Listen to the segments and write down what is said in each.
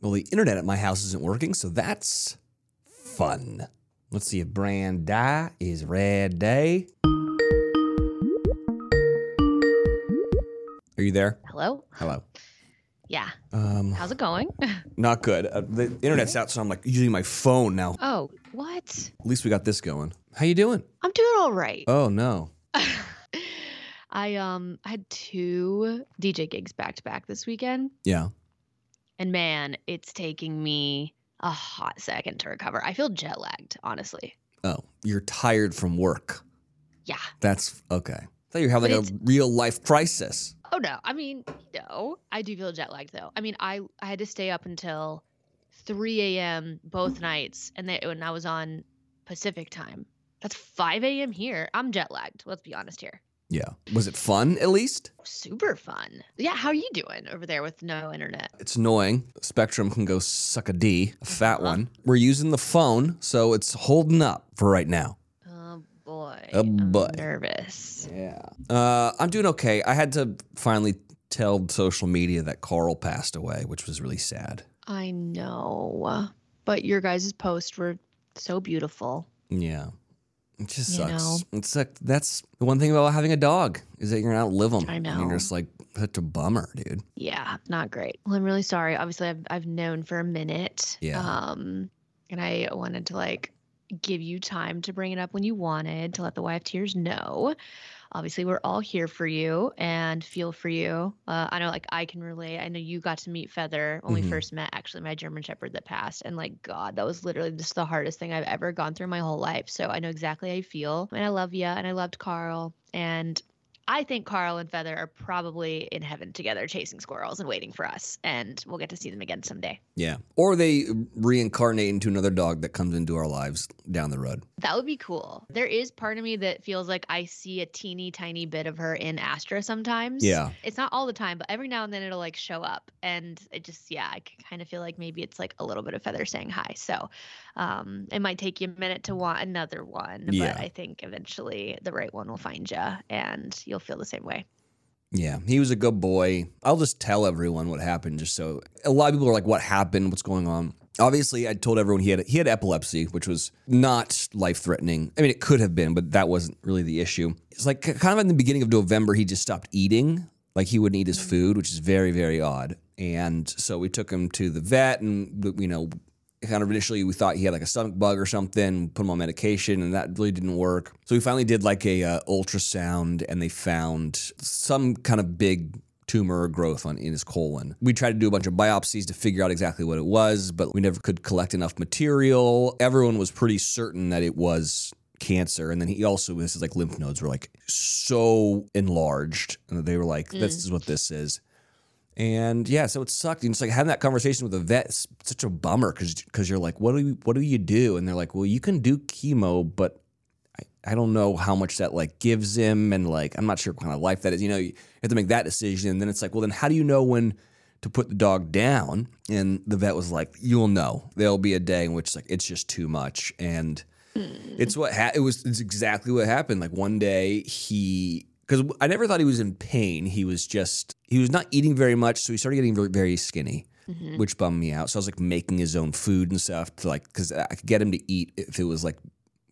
Well, the internet at my house isn't working, so that's fun. Let's see if brand die is red day. Are you there? Hello? Hello. Yeah. Um, How's it going? not good. Uh, the internet's out, so I'm like using my phone now. Oh, what? At least we got this going. How you doing? I'm doing all right. Oh no. I um I had two DJ gigs back to back this weekend, Yeah. and man, it's taking me a hot second to recover. I feel jet lagged, honestly. Oh, you're tired from work. Yeah. That's okay. I thought you were having But like a real life crisis. Oh no. I mean, no. I do feel jet lagged though. I mean, I I had to stay up until 3 a.m. both nights, and they when I was on Pacific time. That's 5 a.m. here. I'm jet lagged. Let's be honest here. Yeah. Was it fun at least? Super fun. Yeah, how are you doing over there with no internet? It's annoying. Spectrum can go suck a D, a fat Uh-huh. one. We're using the phone, so it's holding up for right now. Oh boy. Oh, I'm boy. nervous. Yeah. Uh, I'm doing okay. I had to finally tell social media that Carl passed away, which was really sad. I know. But your guys' posts were so beautiful. Yeah. It just You sucks. know. It sucked. That's the one thing about having a dog is that you're gonna outlive them. I You're know. just like such a bummer, dude. Yeah, not great. Well, I'm really sorry. Obviously I've I've known for a minute. Yeah. Um and I wanted to like give you time to bring it up when you wanted to let the wife tears know. Obviously, we're all here for you and feel for you. Uh, I know, like, I can relate. I know you got to meet Feather when Mhm. we first met, actually, my German Shepherd that passed. And, like, God, that was literally just the hardest thing I've ever gone through my whole life. So I know exactly how you feel. And I love you. And I loved Carl. And I think Carl and Feather are probably in heaven together, chasing squirrels and waiting for us. And we'll get to see them again someday. Yeah. Or they reincarnate into another dog that comes into our lives down the road. That would be cool. There is part of me that feels like I see a teeny tiny bit of her in Astra sometimes. Yeah. It's not all the time, but every now and then it'll like show up. And it just, yeah, I can kind of feel like maybe it's like a little bit of feather saying hi. So um, it might take you a minute to want another one, Yeah. but I think eventually the right one will find you and you'll feel the same way. Yeah. He was a good boy. I'll just tell everyone what happened just so a lot of people are like, what happened? What's going on? Obviously, I told everyone he had he had epilepsy, which was not life threatening. I mean, it could have been, but that wasn't really the issue. It's like k- kind of in the beginning of November, he just stopped eating. Like he wouldn't eat his food, which is very very odd. And so we took him to the vet, and you know, kind of initially we thought he had like a stomach bug or something, put him on medication, and that really didn't work. So we finally did like a uh, ultrasound, and they found some kind of big tumor or growth on in his colon. We tried to do a bunch of biopsies to figure out exactly what it was, but we never could collect enough material. Everyone was pretty certain that it was cancer and then he also this is like lymph nodes were like so enlarged and they were like this is what this is and yeah, so it sucked. And it's like having that conversation with a vet is such a bummer because you're like, what do you, what do you do? And they're like, well, you can do chemo, but I, I don't know how much that like gives him, and like I'm not sure what kind of life that is. You know, you have to make that decision. And then it's like, well, then how do you know when to put the dog down? And the vet was like, you'll know. There'll be a day in which like it's just too much, and it's what ha- it was. It's exactly what happened. Like one day he, because I never thought he was in pain. He was just he was not eating very much, so he started getting very, very skinny, Mhm. which bummed me out. So I was like making his own food and stuff to like because I could get him to eat if it was like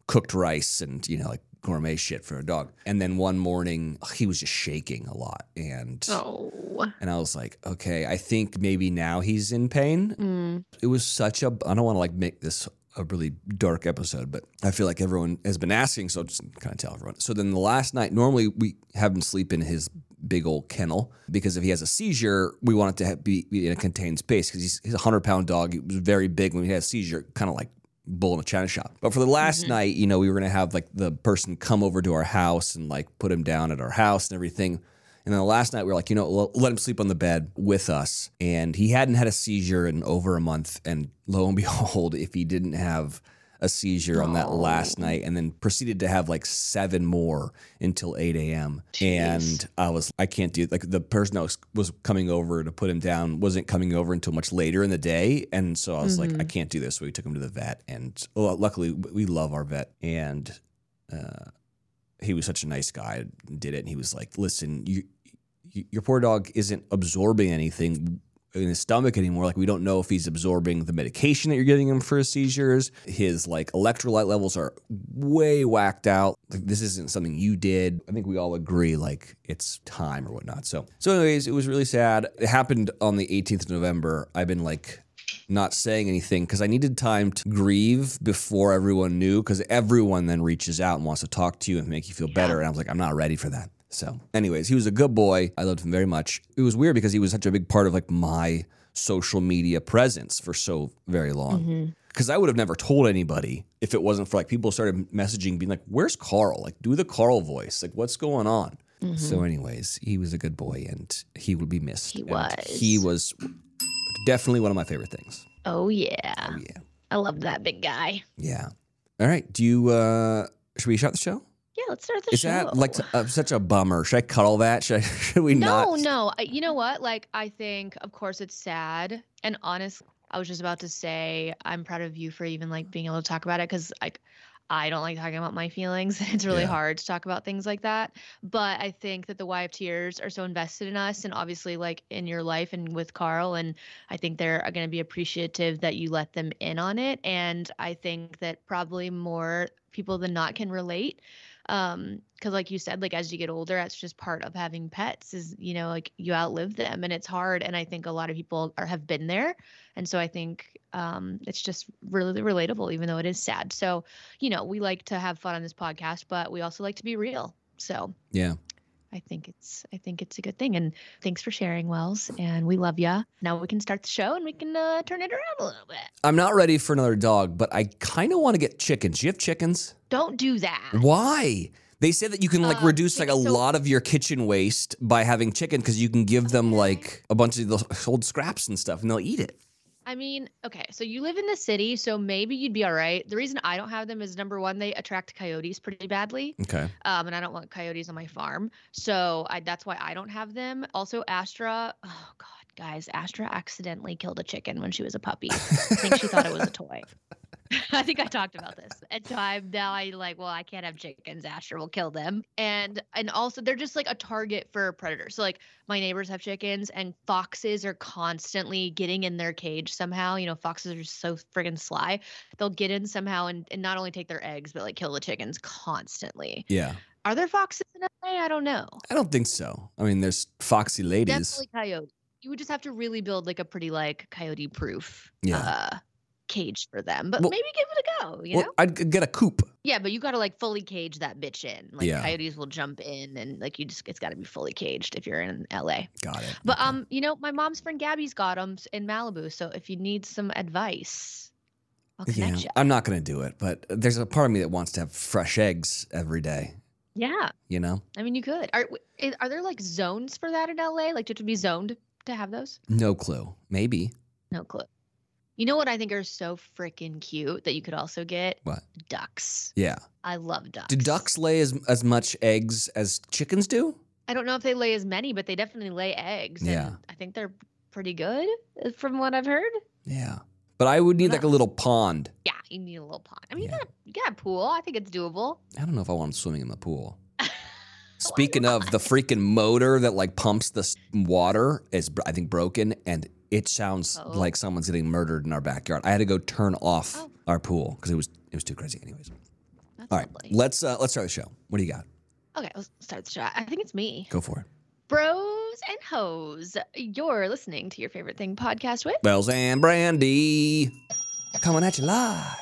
cooked rice and you know like gourmet shit for a dog. And then one morning he was just shaking a lot, and Oh. and I was like, okay, I think maybe now he's in pain Mm. it was such a i don't want to like make this a really dark episode but i feel like everyone has been asking so I'll just kind of tell everyone so then the last night normally we have him sleep in his big old kennel because if he has a seizure we want it to ha be, be in a contained space because he's, he's a 100 pound dog he was very big when he had a seizure kind of like bull in a china shop but for the last night you know we were going to have like the person come over to our house and like put him down at our house and everything and then the last night we were like, you know, l- let him sleep on the bed with us. And he hadn't had a seizure in over a month. And lo and behold, if he didn't have a seizure on that Oh. last night and then proceeded to have like seven more until 8 a.m. Jeez. And I was, I can't do Like the person that was, was coming over to put him down wasn't coming over until much later in the day. And so I was like, Mhm. I can't do this. So we took him to the vet. And well, luckily, w- we love our vet. And, uh, he was such a nice guy did it and he was like listen you, you your poor dog isn't absorbing anything in his stomach anymore. Like we don't know if he's absorbing the medication that you're giving him for his seizures. His like electrolyte levels are way whacked out. Like this isn't something you did. I think we all agree like it's time or whatnot. So so anyways, it was really sad. It happened on the 18th of November. I've been like not saying anything because I needed time to grieve before everyone knew because everyone then reaches out and wants to talk to you and make you feel better. And I was like, I'm not ready for that. So, anyways, he was a good boy. I loved him very much. It was weird because he was such a big part of like my social media presence for so very long. Because I would have never told anybody if it wasn't for like people started messaging, being like, "Where's Carl? Like, do the Carl voice. Like, what's going on?" So, anyways, he was a good boy, and he would be missed. He was. He was definitely one of my favorite things. Oh yeah. yeah. I love that big guy. Yeah. All right. Do you? uh Should we shut the show? Yeah, let's start the Is show. that like uh, such a bummer? Should I cut all that? Should I? Should we no, not? no. I- You know what? Like, I think, of course, it's sad. And honestly, I was just about to say, I'm proud of you for even like being able to talk about it because like I don't like talking about my feelings. It's really Yeah. hard to talk about things like that. But I think that the YFTers are so invested in us and obviously like in your life and with Carl. And I think they're going to be appreciative that you let them in on it. And I think that probably more people than not can relate um because like you said like as you get older that's just part of having pets is you know like you outlive them and it's hard and i think a lot of people are have been there and so i think um it's just really relatable even though it is sad so you know we like to have fun on this podcast but we also like to be real so Yeah. i think it's i think it's a good thing and thanks for sharing wells and we love ya now we can start the show and we can uh, turn it around a little bit I'm not ready for another dog, but I kind of want to get chickens. Do you have chickens? don't do that Why? They say that you can like Um, reduce like a so- lot of your kitchen waste by having chicken because you can give them Okay. like a bunch of the old scraps and stuff, and they'll eat it. I mean, okay, so you live in the city, so maybe you'd be all right. The reason I don't have them is number one, they attract coyotes pretty badly, Okay. um, and I don't want coyotes on my farm, so I, that's why I don't have them. Also, Astra, oh god, guys, Astra accidentally killed a chicken when she was a puppy. I think she thought it was a toy. I think I talked about this, and so I'm now I like, well, I can't have chickens. Astra will kill them, and and also they're just like a target for predators. So like my neighbors have chickens and foxes are constantly getting in their cage somehow you know foxes are so friggin' sly they'll get in somehow and, and not only take their eggs but like kill the chickens constantly Yeah. are there foxes in la i don't know I don't think so. I mean, there's foxy ladies. definitely coyotes you would just have to really build like a pretty like coyote proof Yeah. uh, cage for them but Well- maybe give it a go you Well, know I'd g- get a coop. yeah but you gotta like fully cage that bitch in like Yeah. coyotes will jump in and like you just it's gotta be fully caged if you're in la Got it. But Okay. um, you know, my mom's friend Gabby's got them in Malibu. So if you need some advice, I'll Yeah, connect I'm not going to do it, but there's a part of me that wants to have fresh eggs every day, you. Yeah, you know? I mean, you could. Are w- i- are there like zones for that in LA? Like, do you have to be zoned to have those? No clue. Maybe. No clue. You know what I think are so freaking cute that you could also get What? ducks. Yeah. I love ducks. Do ducks lay as, as much eggs as chickens do? I don't know if they lay as many, but they definitely lay eggs. and Yeah. I think they're pretty good uh, from what I've heard. Yeah. But I would need Not- like a little pond. Yeah, you need a little pond. I mean, Yeah. you got a- you got a pool. I think it's doable. I don't know if I want them swimming in the pool. Why Speaking of, the freaking motor that like pumps the s- water is, br- I think, broken and it sounds Oh. like someone's getting murdered in our backyard. I had to go turn off Oh. our pool because it was it was too crazy. Anyways, That's all right, lovely. let's uh, let's start the show. What do you got? Okay, let's start the shot. I think it's me. Go for it. Bros and hoes, you're listening to your favorite thing podcast with Bells and Brandy coming at you live.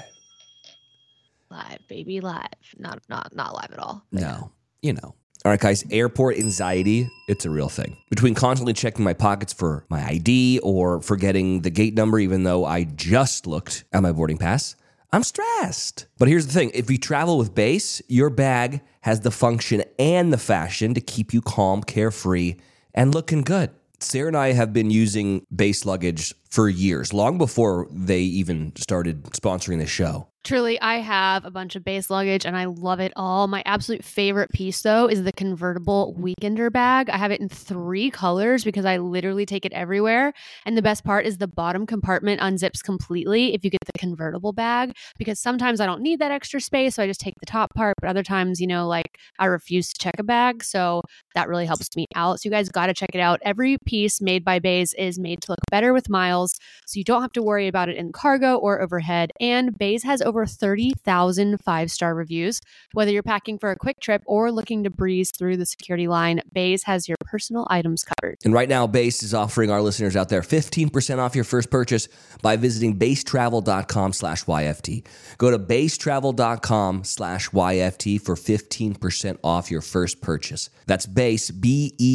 live, baby, live. Not not not live at all. but yeah. No, you know. All right, guys, airport anxiety, it's a real thing. Between constantly checking my pockets for my ID or forgetting the gate number, even though I just looked at my boarding pass, I'm stressed. But here's the thing if you travel with base, your bag has the function and the fashion to keep you calm, carefree, and looking good. Sarah and I have been using base luggage for years, long before they even started sponsoring the show. Truly, I have a bunch of base luggage and I love it all. My absolute favorite piece, though, is the convertible weekender bag. I have it in three colors because I literally take it everywhere. And the best part is the bottom compartment unzips completely if you get the convertible bag because sometimes I don't need that extra space. So I just take the top part. But other times, you know, like I refuse to check a bag. So that really helps me out. So you guys got to check it out. Every piece made by Bays is made to look better with miles. So you don't have to worry about it in cargo or overhead. And Bays has over 30,000 five star reviews. Whether you're packing for a quick trip or looking to breeze through the security line, Bays has your personal items covered. And right now, Base is offering our listeners out there 15% off your first purchase by visiting basetravel.com slash YFT. Go to basetravel.com slash YFT for 15% off your first purchase. That's base,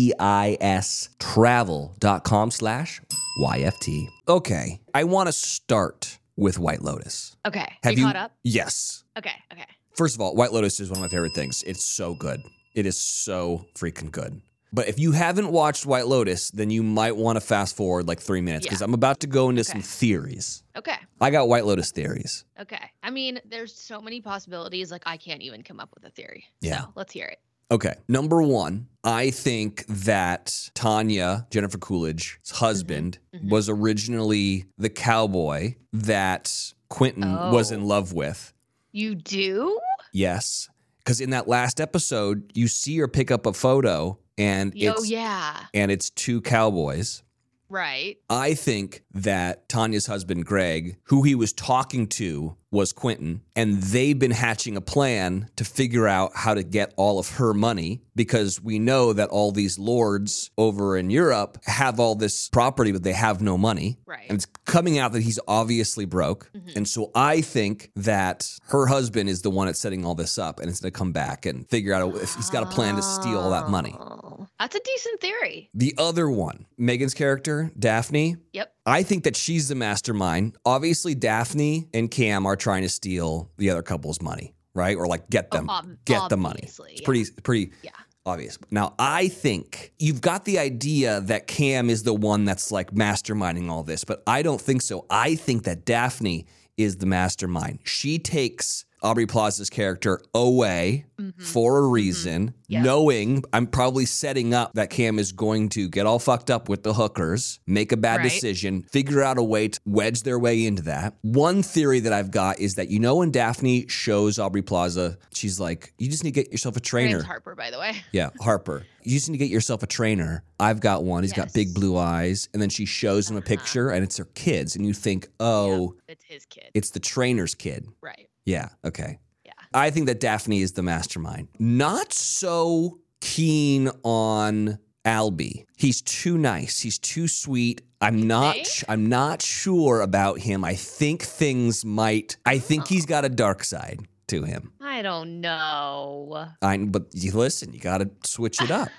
B-E-I-S, travel.com slash YFT. Okay, I want to start with White Lotus. Okay. Have you, caught up? Yes. Okay. Okay. First of all, White Lotus is one of my favorite things. It's so good. It is so freaking good. But if you haven't watched White Lotus, then you might want to fast forward like three minutes because I'm about to go into Okay. some theories. Okay. I got White Lotus theories. Okay. I mean, there's so many possibilities. Like, I can't even come up with a theory. Yeah. So let's hear it. Okay. Number one, I think that Tanya, Jennifer Coolidge's husband, Mhm. was originally the cowboy that Quentin was in Oh. love with. You do? Yes. Because in that last episode, you see her pick up a photo and Yo, it's yeah. and it's two cowboys. Right. I think that Tanya's husband, Greg, who he was talking to, was Quentin, and they've been hatching a plan to figure out how to get all of her money because we know that all these lords over in Europe have all this property, but they have no money. Right. And it's coming out that he's obviously broke. Mhm. And so I think that her husband is the one that's setting all this up and it's going to come back and figure out if he's got a plan to steal all that money. Oh. That's a decent theory. The other one, Megan's character, Daphne, Yep. I think that she's the mastermind. Obviously, Daphne and Cam are trying to steal the other couple's money, right? Or like get Oh, them, ob- get the money. It's obviously, yeah. pretty, pretty Yeah. obvious. Now, I think you've got the idea that Cam is the one that's like masterminding all this, but I don't think so. I think that Daphne is the mastermind. She takes Aubrey Plaza's character away Mhm. for a reason, Yeah. knowing I'm probably setting up that Cam is going to get all fucked up with the hookers, make a bad Right. decision, figure out a way to wedge their way into that. One theory that I've got is that you know when Daphne shows Aubrey Plaza, she's like, "You just need to get yourself a Her trainer." name's Harper, by the way. Yeah, Harper. You just need to get yourself a trainer. I've got one. He's got Yes. big blue eyes. And then she shows him a Uh-huh. picture and it's her kids. And you think, oh, Yep, It's his kid. it's the trainer's kid. right. Yeah. Okay. Yeah. I think that Daphne is the mastermind. Not so keen on Albie. He's too nice. He's too sweet. I'm not. think? sh- I'm not sure about him. I think things might. I think Oh. he's got a dark side to him. I don't know. I. But you listen. You got to switch it up.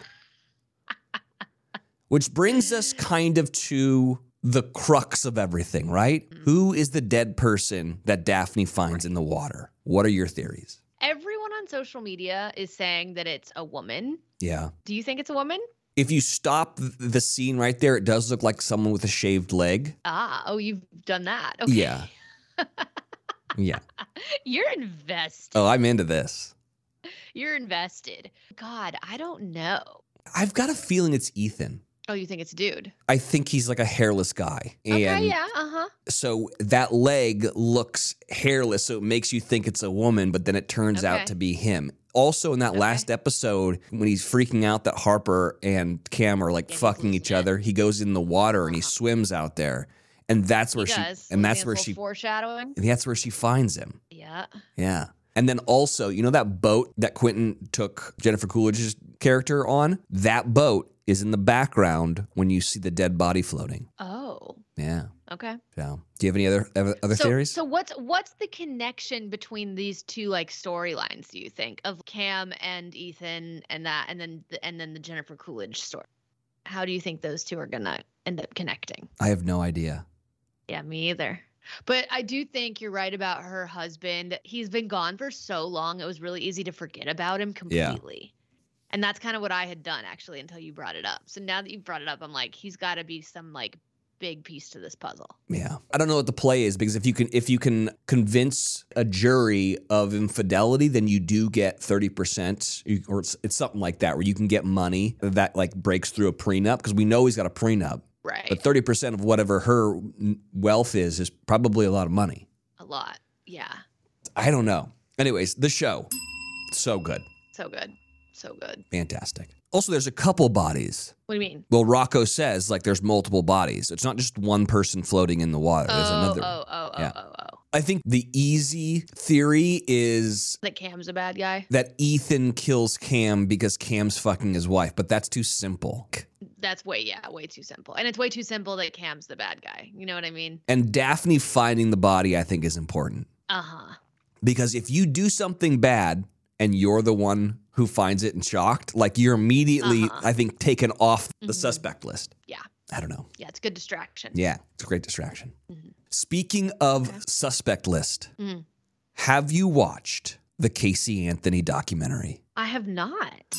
Which brings us kind of to the crux of everything, right? Mhm. Who is the dead person that Daphne finds in the water? What are your theories? Everyone on social media is saying that it's a woman. Yeah. Do you think it's a woman? if you stop th- the scene right there, it does look like someone with a shaved leg. Ah, oh, you've done that. Okay. Yeah. Yeah. You're invested. Oh, I'm into this. You're invested. God, I don't know. I've got a feeling it's Ethan. Oh, you think it's a dude? I think he's like a hairless guy. And okay, yeah, uh huh. so that leg looks hairless, so it makes you think it's a woman, but then it turns Okay. out to be him. Also, in that Okay. last episode, when he's freaking out that Harper and Cam are like Yeah, he's fucking losing each it. other, he goes in the water and he Uh-huh. swims out there. And that's where he she does. and Like that's where Ansel she foreshadowing. and that's where she finds him. Yeah. Yeah. And then also, you know that boat that Quentin took Jennifer Coolidge's character on? That boat is in the background when you see the dead body floating. Oh. Yeah. Okay. So, do you have any other other, other so, theories? so what's what's the connection between these two like storylines? Do you think of Cam and Ethan and that, and then the, and then the Jennifer Coolidge story? How do you think those two are gonna end up connecting? I have no idea. Yeah, me either. But I do think you're right about her husband. He's been gone for so long, it was really easy to forget about him Yeah. completely. And that's kind of what I had done actually until you brought it up. So now that you brought it up, I'm like, he's got to be some like big piece to this puzzle. Yeah. I don't know what the play is because if you can if you can convince a jury of infidelity, then you do get 30% you- or it's, it's something like that where you can get money that like breaks through a prenup because we know he's got a prenup. Right. But 30% of whatever her wealth is is probably a lot of money. a lot. Yeah. I don't know. Anyways, the show. So good. So good. So good. Fantastic. Also, there's a couple bodies. What do you mean? Well, Rocco says like there's multiple bodies. It's not just one person floating in the water. There's oh, another. oh, oh, oh, Yeah. oh, oh. I think the easy theory is That Cam's a bad guy. that Ethan kills Cam because Cam's fucking his wife, but that's too simple. That's way, yeah, way too simple. And it's way too simple that Cam's the bad guy. You know what I mean? And Daphne finding the body, I think, is important Uh huh. because if you do something bad and you're the one who finds it and shocked, like you're immediately, Uh-huh. I think, taken off the Mhm. suspect list. Yeah. I don't know. Yeah, it's a good distraction. Yeah, it's a great distraction. Mhm. Speaking of Okay. suspect list, Mm. have you watched the Casey Anthony documentary? I have not.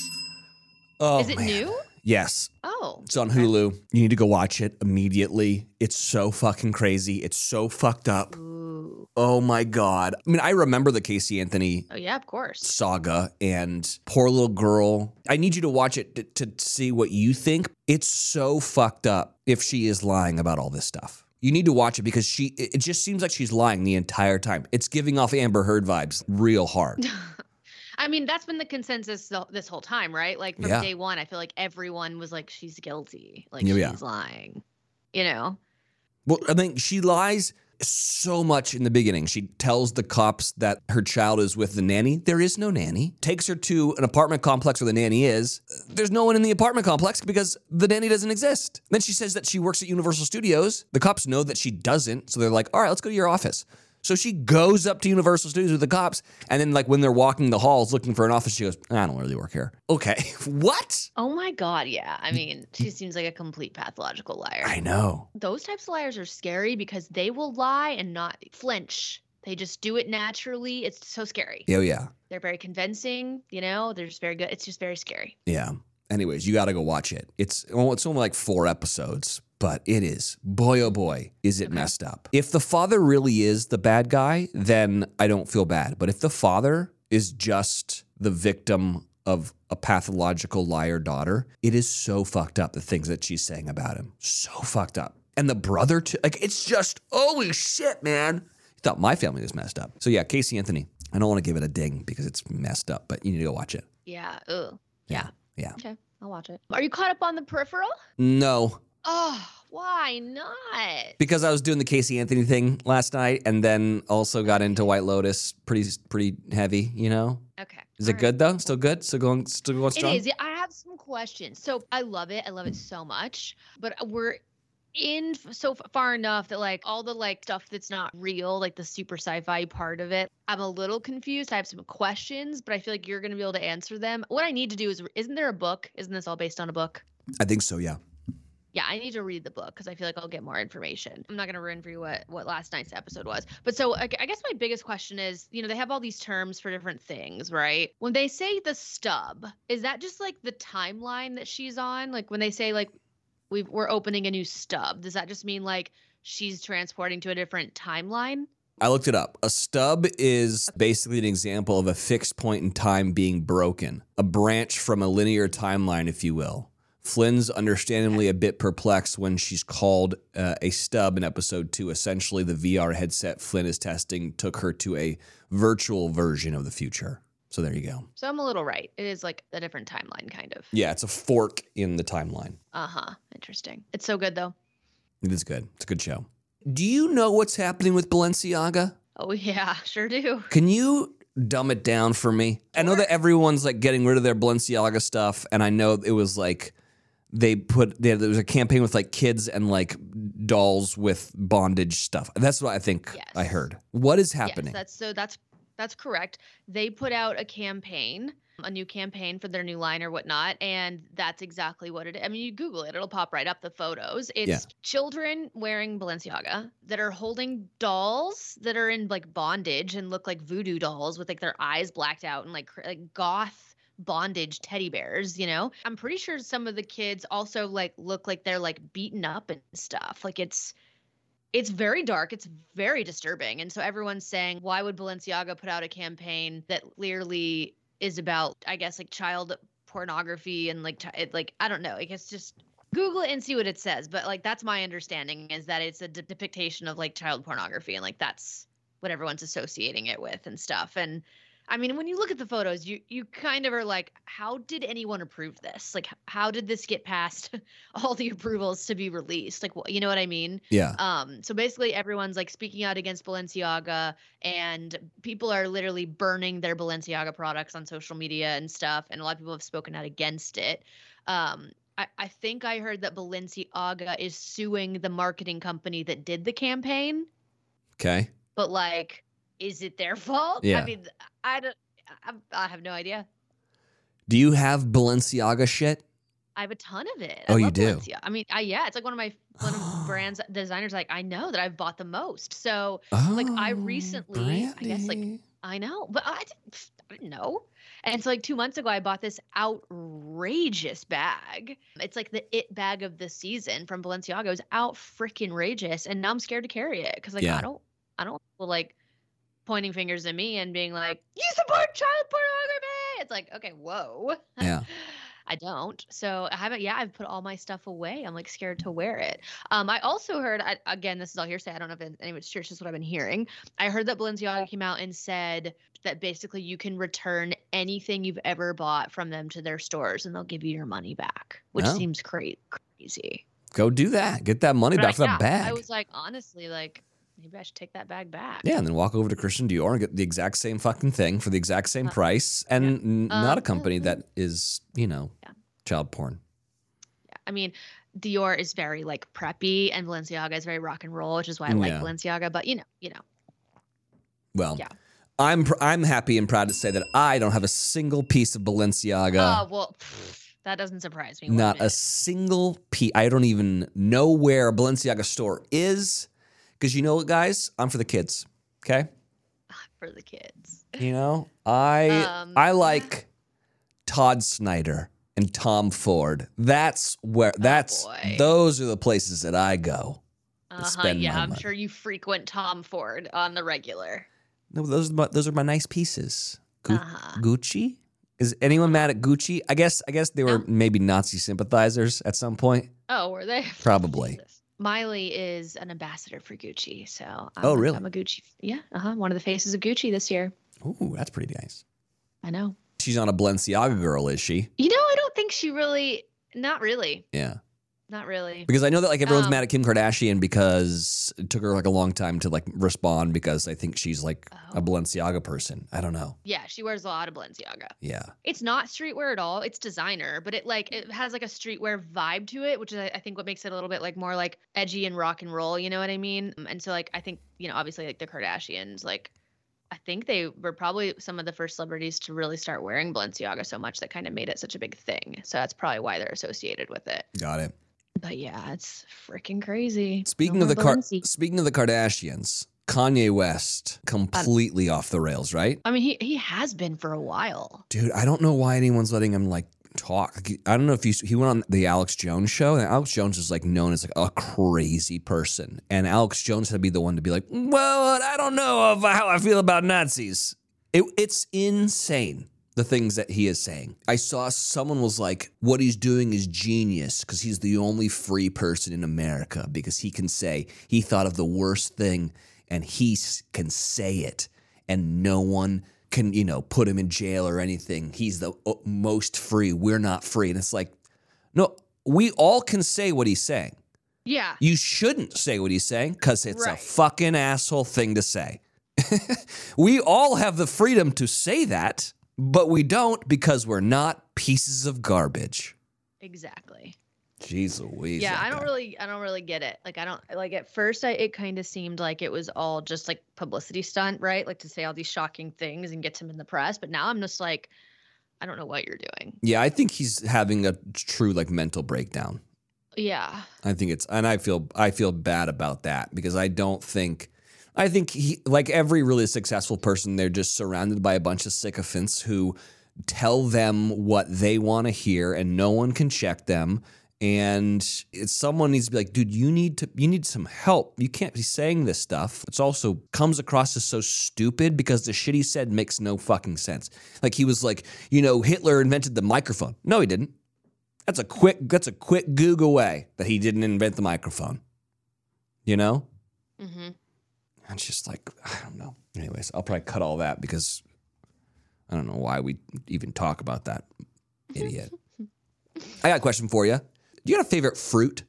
Oh, Is it man. new? Yes. Oh. It's on Hulu. You need to go watch it immediately. It's so fucking crazy. It's so fucked up. Ooh. Oh my God. I mean, I remember the Casey Anthony Oh, yeah, of course. saga and poor little girl. I need you to watch it to, to see what you think. It's so fucked up if she is lying about all this stuff. You need to watch it because she it it just seems like she's lying the entire time. It's giving off Amber Heard vibes real hard. I mean, that's been the consensus th- this whole time, right? Like from Yeah. day one, I feel like everyone was like, she's guilty. Like Yeah, she's yeah. lying. You know? Well, I mean, she lies so much in the beginning. She tells the cops that her child is with the nanny. There is no nanny. Takes her to an apartment complex where the nanny is. There's no one in the apartment complex because the nanny doesn't exist. Then she says that she works at Universal Studios. The cops know that she doesn't, so they're like, "All right, let's go to your office." So she goes up to Universal Studios with the cops, and then like when they're walking the halls looking for an office, she goes, "I don't really work here." Okay, what? Oh my God. Yeah. I mean, she seems like a complete pathological liar. I know. Those types of liars are scary because they will lie and not flinch. They just do it naturally. It's so scary. Oh yeah, They're very convincing, you know, they're just very good. It's just very scary. Yeah. Anyways, you got to go watch it. It's well, it's only like four episodes, but it is boy oh boy, is it Okay. messed up. If the father really is the bad guy, then I don't feel bad. But if the father is just the victim of a pathological liar daughter, it is so fucked up the things that she's saying about him. So fucked up. And the brother too. Like it's just holy shit, man. I thought my family was messed up. So yeah, Casey Anthony. I don't want to give it a ding because it's messed up, but you need to go watch it. Yeah. Ugh. Yeah, yeah. Okay. I'll watch it. Are you caught up on the peripheral? No, Oh, why not? because I was doing the Casey Anthony thing last night, and then also got into White Lotus pretty pretty heavy. You know, Okay. is all it right. good though? Still good? Still going? Still going It strong? is. Yeah, I have some questions. So I love it. I love it so much. But uh, we're in f- so f- far enough that like all the like stuff that's not real, like the super sci-fi part of it, I'm a little confused. I have some questions, but I feel like you're gonna be able to answer them. What I need to do is, isn't there a book? Isn't this all based on a book? I think so. Yeah. yeah, I need to read the book because I feel like I'll get more information. I'm not going to ruin for you what, what last night's episode was. But so I, I guess my biggest question is you know, they have all these terms for different things, right? When they say the stub, is that just like the timeline that she's on? Like when they say, like, we've, we're opening a new stub, does that just mean like she's transporting to a different timeline? I looked it up. A stub is basically an example of a fixed point in time being broken, a branch from a linear timeline, if you will. Flynn's understandably a bit perplexed when she's called uh, a stub in episode two. Essentially, the VR headset Flynn is testing took her to a virtual version of the future. So there you go. So I'm a little right. It is like a different timeline, kind of. Yeah, it's a fork in the timeline. Uh huh. Interesting. It's so good though. It is good. It's a good show. Do you know what's happening with Balenciaga? Oh, yeah, sure do. Can you dumb it down for me? I know that everyone's like getting rid of their Balenciaga stuff, and I know it was like they put they, there was a campaign with like kids and like dolls with bondage stuff. That's what I think Yes. I heard. What is happening? Yes, that's so that's that's correct. They put out a campaign, a new campaign for their new line or whatnot, and that's exactly what it. I mean, you Google it; it'll pop right up the photos. It's children wearing Balenciaga that are holding dolls that are in like bondage and look like voodoo dolls with like their eyes blacked out and like cr- like goth bondage teddy bears you know i'm pretty sure some of the kids also like look like they're like beaten up and stuff like it's it's very dark. It's very disturbing. And so everyone's saying, why would Balenciaga put out a campaign that clearly is about, I guess, like child pornography and like, chi- it, like I don't know. I guess just Google it and see what it says. But like, that's my understanding is that it's a de- depiction of like child pornography, and like that's what everyone's associating it with and stuff. And I mean, when you look at the photos, you you kind of are like, how did anyone approve this? Like, how did this get past all the approvals to be released? Like, wh- you know what I mean? Yeah. Um, so basically, everyone's like speaking out against Balenciaga, and people are literally burning their Balenciaga products on social media and stuff. And a lot of people have spoken out against it. Um, I, I think I heard that Balenciaga is suing the marketing company that did the campaign Okay. but like is it their fault Yeah. i mean i don't I, I have no idea Do you have Balenciaga shit? i have a ton of it Oh, I you love do? Balenciaga. i mean I, yeah it's like one of my one of brands designers like i know that i've bought the most so Like, I Oh, recently- I guess, like, Brandy. i know but i didn't, pff, I didn't know and so like two months ago i bought this outrageous bag it's like the it bag of the season from balenciaga it was out freaking rageous and now i'm scared to carry it because like Yeah. i don't i don't want people, like pointing fingers at me and being like you support child pornography it's like okay whoa Yeah. I don't. So I haven't. Yeah, I've put all my stuff away. I'm like scared to wear it. Um, I also heard. I, again, this is all hearsay. I don't know if it- anyone's true. It's just what I've been hearing. I heard that Balenciaga came out and said that basically you can return anything you've ever bought from them to their stores, and they'll give you your money back, which Oh. seems cra- crazy. Go do that. Get that money But back for yeah, that bag. I was like, honestly, like maybe I should take that bag back. yeah, and then walk over to Christian Dior and get the exact same fucking thing for the exact same Uh, price, and yeah. n- not a Um, company mhm. that is, you know, Yeah. child porn. I mean, Dior is very like preppy, and Balenciaga is very rock and roll, which is why I like Yeah. Balenciaga. But you know, you know. Well, Yeah. I'm pr- I'm happy and proud to say that I don't have a single piece of Balenciaga. Oh well, pff, that doesn't surprise me. one Not a bit. single piece. I don't even know where a Balenciaga store is, because you know what, guys, I'm for the kids. Okay, for the kids. you know, I Um, I like Todd Snyder and Tom Ford. That's where. That's Oh, boy. those are the places that I go. Uh-huh, spend my yeah, I'm money. sure you frequent Tom Ford on the regular. No, those are my, those are my nice pieces. Gu- Uh-huh. Gucci. Is anyone mad at Gucci? I guess I guess they were No. maybe Nazi sympathizers at some point. Oh, were they? Probably. Jesus. Miley is an ambassador for Gucci, so I'm, Oh, a- really? I'm a Gucci. Yeah, uh-huh. One of the faces of Gucci this year. Ooh, that's pretty nice. I know. She's not a Balenciaga girl, is she? You know, I don't think she really. Not really. Yeah. Not really. Because I know that like everyone's Um, mad at Kim Kardashian because it took her like a long time to like respond because I think she's like a Oh. Balenciaga person. I don't know. Yeah, she wears a lot of Balenciaga. Yeah. it's not streetwear at all it's designer but it like it has like a streetwear vibe to it which is i I think what makes it a little bit like more like edgy and rock and roll you know what i mean Um, and so like i think you know obviously like the kardashians like i think they were probably some of the first celebrities to really start wearing balenciaga so much that kind of made it such a big thing so that's probably why they're associated with it Got it. but yeah it's freaking crazy No Speaking of more the Car- Balenci- speaking of the Kardashians, Kanye West completely off the rails, right? i mean he, he has been for a while Dude, I don't know why anyone's letting him like talk. Like, I don't know if you he went on the Alex Jones show, and Alex Jones is like known as like a crazy person, and Alex Jones had to be the one to be like, "Well, I don't know of how I feel about Nazis." It, it's insane the things that he is saying. I saw someone was like, "What he's doing is genius because he's the only free person in America because he can say he thought of the worst thing and he s- can say it." and no one can you know put him in jail or anything he's the o- most free we're not free and it's like no we all can say what he's saying yeah you shouldn't say what he's saying because it's a Right. fucking asshole thing to say we all have the freedom to say that but we don't because we're not pieces of garbage exactly jeez louise yeah that i don't guy. really i don't really get it like i don't like at first i it kind of seemed like it was all just like publicity stunt right like to say all these shocking things and get him in the press but now i'm just like i don't know what you're doing yeah i think he's having a true like mental breakdown yeah I think it's and I feel I feel bad about that because I don't think I think he like every really successful person they're just surrounded by a bunch of sycophants who tell them what they want to hear and no one can check them and it's someone needs to be like dude you need to you need some help you can't be saying this stuff it's also comes across as so stupid because the shit he said makes no fucking sense like he was like you know hitler invented the microphone no he didn't that's a quick that's a quick goog away that he didn't invent the microphone. You know? mm-hmm. And she's like, I don't know. Anyways, I'll probably cut all that because I don't know why we even talk about that idiot. I got a question for you. Do you got a favorite fruit?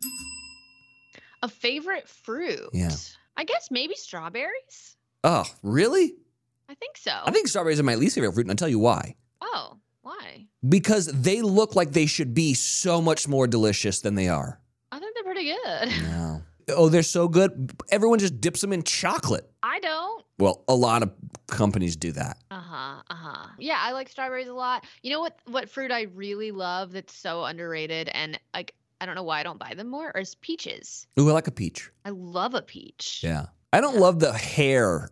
A favorite fruit? Yeah. I guess maybe strawberries. Oh, really? I think so. I think strawberries are my least favorite fruit, and I'll tell you why. Oh, why? Because they look like they should be so much more delicious than they are. I think they're pretty good. No. Oh, they're so good. Everyone just dips them in chocolate. I don't. Well, a lot of companies do that. Uh huh. Uh huh. Yeah, I like strawberries a lot. You know what? What fruit I really love that's so underrated and like I don't know why I don't buy them more is peaches. Ooh, I like a peach. I love a peach. Yeah. I don't love the hair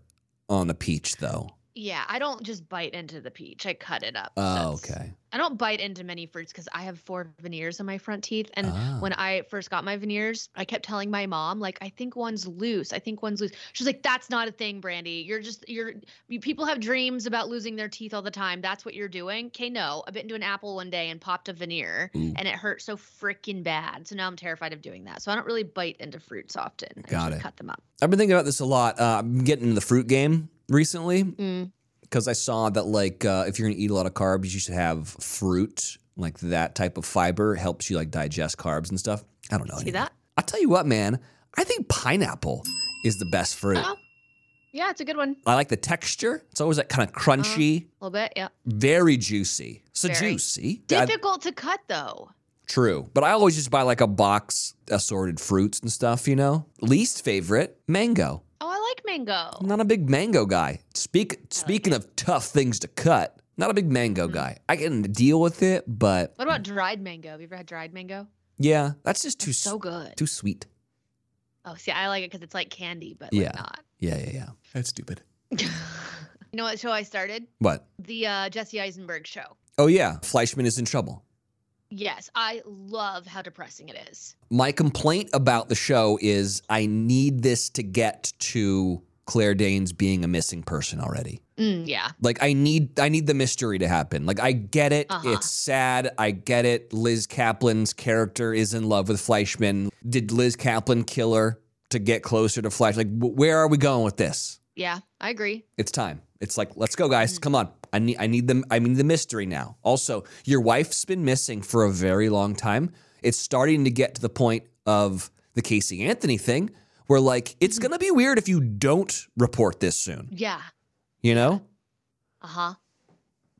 on a peach, though. Yeah, I don't just bite into the peach. I cut it up. so Oh, it's- okay. I don't bite into many fruits because I have four veneers on my front teeth. And Ah. when I first got my veneers, I kept telling my mom, like, I think one's loose. I think one's loose. She's like, that's not a thing, Brandy. You're just, you're, you, people have dreams about losing their teeth all the time. That's what you're doing. Okay, no. I bit into an apple one day and popped a veneer Ooh. and it hurt so freaking bad. So now I'm terrified of doing that. So I don't really bite into fruits often. I Got usually it. Cut them up. I've been thinking about this a lot. Uh, I'm getting into the fruit game recently Mm. because I saw that, like, uh, if you're going to eat a lot of carbs, you should have fruit. Like, that type of fiber helps you, like, digest carbs and stuff. I don't know. See anymore. that? I'll tell you what, man. I think pineapple is the best fruit. Oh. Yeah, it's a good one. I like the texture. It's always that Uh-huh. kind of crunchy, A little bit. Yeah. very juicy. So Very. juicy. I- Difficult to cut though. True. But I always just buy like a box assorted fruits and stuff, you know? Least favorite, mango. Oh, I like mango. I'm not a big mango guy. Speak speaking of tough things to cut, not a big mango Mhm. guy. I can deal with it, but What about dried mango? Have you ever had dried mango? yeah, that's just too It's so s- good. too sweet. Oh, see, I like it because it's like candy, but Yeah. like not. Yeah, yeah, yeah. That's stupid. you know what show I started? What? The uh, Jesse Eisenberg show. Oh yeah, Fleischman is in trouble. Yes, I love how depressing it is. My complaint about the show is I need this to get to Claire Danes being a missing person already. Mm, yeah, Like I need I need the mystery to happen. Like I get it. Uh-huh. It's sad. I get it. Liz Kaplan's character is in love with Fleischman. Did Liz Kaplan kill her to get closer to Fleisch? Like wh- where are we going with this? yeah, I agree. It's time. It's like let's go guys. Mhm. Come on. I need I need them I need the mystery now. Also, your wife's been missing for a very long time. It's starting to get to the point of the Casey Anthony thing where like it's Mhm. going to be weird if you don't report this soon, Yeah, you know? uh huh.